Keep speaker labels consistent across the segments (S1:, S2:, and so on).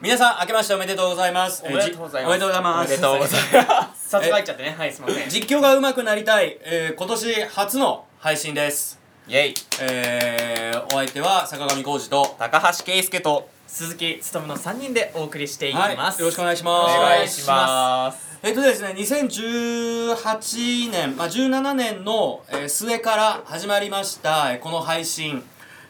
S1: 皆さん明けましておめでとうございます
S2: おめでとうございます
S1: えーじおめでとうございます
S2: おめでとうございますさすがいっちゃってねはいすいませんイ
S1: 実況が上手くなりたい、えー今年初の配信です
S2: ェイ
S1: えーお相手は坂上浩二と
S3: 高橋圭介と
S2: 鈴木つとむの3人でお送りしていき
S1: はい
S2: ます、
S1: よろしくお
S2: い
S1: 願いし
S2: し
S1: ます
S2: お願いします
S1: えっとですね、2018年、まあ、17年のえー末から始まりましたえーこの配信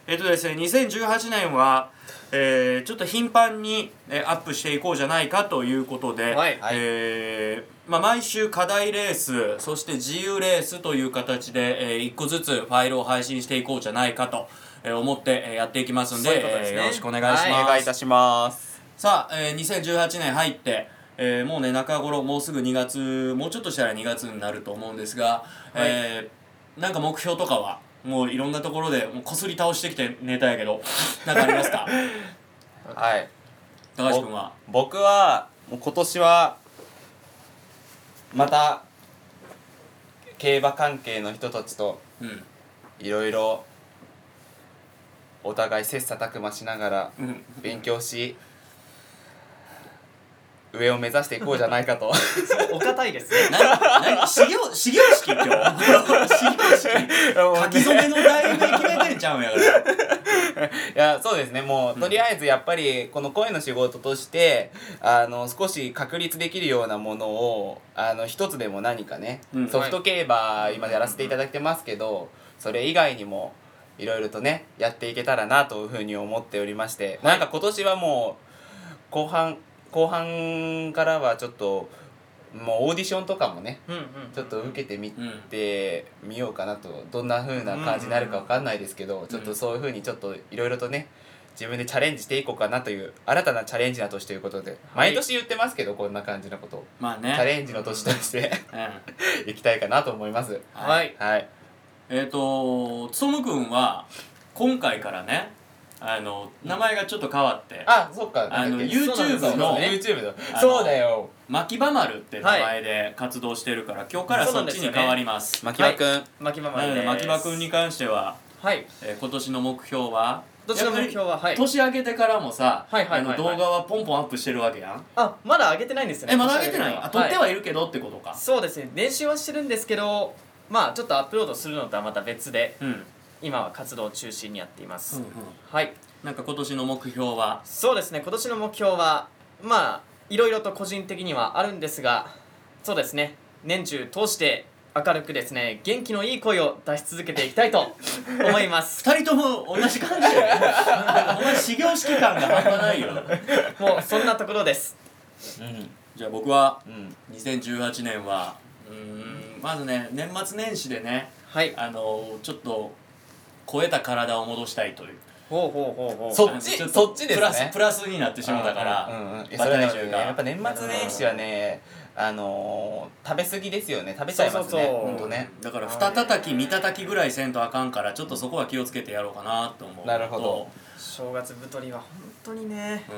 S1: えっとですね2018年は、えーちょっと頻繁に、えーアップしていこうじゃないかということで、
S2: はいはい
S1: えーまあ、毎週課題レースそして自由レースという形で、え1個ずつファイルを配信していこうじゃないかとえー思ってえーやっていきますので
S2: そういうことですね
S1: えーよろしくお願いします。
S2: はい
S3: お願いいたします
S1: さあ、えー、2018年入って、えーもうね中頃もうすぐ2月もうちょっとしたら2月になると思うんですが、えーなんか目標とかはもういろんなところでもうこすり倒してきてネタやけどなんかあります か
S3: はい
S1: 高橋君は
S3: 僕はもう今年はまた競馬関係の人たちと
S1: うん
S3: いろいろお互い切磋琢磨しながら
S1: うん
S3: 勉強し上を目指していこうじゃないかと
S2: ますお堅いですね
S1: 何何始業始業式今日 始業式書き初めの題名決めてんちゃうんやから
S3: いやそうですねもうとりあえずやっぱりこの声の仕事としてあの少し確立できるようなものをあの一つでも何かね、
S1: うん
S3: ソフト競馬今やらせていただいてますけどそれ以外にもいろいろとねやっていけたらなというふうに思っておりまして、なんか今年はもう後半後半からはちょっともうオーディションとかもね
S2: うんうん
S3: ちょっと受けてみ
S1: うん
S3: てみようかなとどんな風な感じになるかわかんないですけど、ちょっとそういう風にちょっといろいろとね自分でチャレンジしていこうかなという新たなチャレンジの年ということで、毎年言ってますけどこんな感じのことを
S1: まあ
S3: チャ
S1: ね、
S3: レンジの年として
S1: うん、
S3: いきたいかなと思います
S2: はい、
S3: はい
S1: えっ、ー、とつとむ君は今回からねあの名前がちょっと変わって
S3: あそっか
S1: あの
S3: なんだっけ
S1: YouTube
S3: そう
S1: の
S3: だね YouTube の
S1: あの
S3: そうだよ
S1: 牧場丸って名前で活動してるから、今日からそっちに変わります
S3: 牧場くん、
S2: 巻きまま
S1: な
S2: で
S1: の
S2: で
S1: です牧場君に関しては、
S2: はい
S1: えー今年の目標は
S2: どっちの目標
S1: やっ
S2: はは
S1: ぱ
S2: い
S1: り年明けてからもさ、
S2: はいはいはいはい
S1: あの動画はポンポンアップしてるわけやん
S2: あまだ上げてないんですよね
S1: えまだ上げてないあ撮ってはいるけどってことか、
S2: そうですね練習はしてるんですけどまあちょっとアップロードするのとはまた別で
S1: うん、うん
S2: 今は活動を中心にやっています、
S1: うん
S2: はい
S1: なんか今年の目標は
S2: そうですね今年の目標はまあいろいろと個人的にはあるんですがそうですね年中通して明るくですね元気のいい声を出し続けていきたいと思 います
S1: 2人とも同じ感じや ねお前始業式感が半端ないよ
S2: もうそんなところです
S1: じゃあ僕は
S3: うんうん
S1: 2018年はうーんまずね年末年始でね
S2: はい
S1: あのちょっと超えた体を戻したいという
S2: ほうほうほうほう
S3: そっち
S1: あのょと
S3: そっちですね
S1: プラスプラスになってしまったから
S3: うんうんうんいや
S1: バ
S3: そ
S1: タ
S3: れ
S1: 年
S3: はね
S1: 収が
S3: やっぱ年末年始はねあのー、食べ過ぎですよね食べちゃいます
S2: そうそう
S3: ね
S2: そう
S3: ほんとね
S1: だから二叩き三叩きぐらいせんとあかんからちょっとそこは気をつけてやろうかなと思う
S3: なるほど
S2: 正月太りは本当にね
S1: と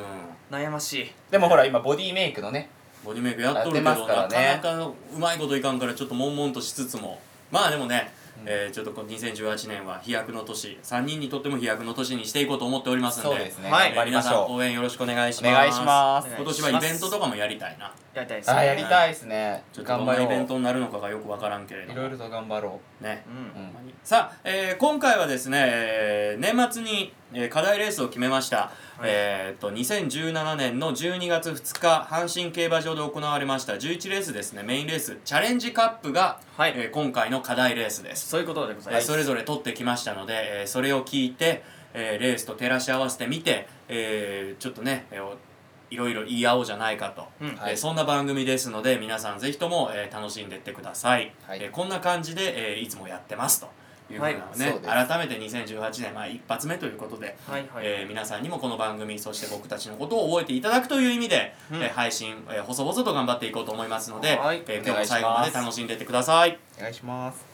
S1: うん
S2: 悩ましい
S3: でもほら今ボディメイクのね
S1: ボディメイクやっとるけど、
S3: やってますからね
S1: なかなかうまいこといかんからちょっと悶々としつつもまあでもね、えーちょっとこの2018年は飛躍の年3人にとっても飛躍の年にしていこうと思っておりますの
S3: そう
S1: で
S3: ですね、
S2: はい
S1: えー
S3: 頑張りま
S1: 皆
S3: し
S1: さん
S3: ょ
S1: 応援よろしくお願いし
S3: うお
S1: ます
S3: 願いします
S2: お願
S1: 今年はイベントとかもやりたいな
S2: やりたいです
S3: あ
S2: ね
S3: ーやりたいですね
S1: ちょっとど
S3: 頑
S1: ん
S3: 張
S1: な
S3: ろ
S1: イベント
S3: う
S1: になるのかがよくわからんけれど
S3: い
S1: も
S3: ろいろと頑張ろ
S1: ね
S2: う
S3: う、うんん、
S1: さあ、えー今回はですね、えー年末に、えー課題レースを決めました、えーっと2017年の12月2日阪神競馬場で行われました11レースですねメインレースチャレンジカップが、
S2: はい
S1: えー今回の課題レースです、
S2: そういうことでござい
S1: え
S2: ま
S1: ー
S2: す、
S1: それぞれ取ってきましたので、えーそれを聞いて、えーレースと照らし合わせてみて、えーちょっとね、えーおいろいろ言い合おうじゃないかと、
S2: うん
S3: はい
S1: えーそんな番組ですので皆さんぜひとも、えー楽しんでいってください、
S3: はい
S1: えーこんな感じで、えーいつもやってますというふうなのを
S3: は
S1: ね
S3: いそう、です
S1: 改めて2018年、まあ、一発目ということで、
S2: はいはい、
S1: えー皆さんにもこの番組そして僕たちのことを覚えていただくという意味で、
S2: うん
S1: えー配信、えー細々と頑張っていこうと思いますので、
S2: はい
S1: えー今日も最後まで楽しんでいってください。
S3: お願いします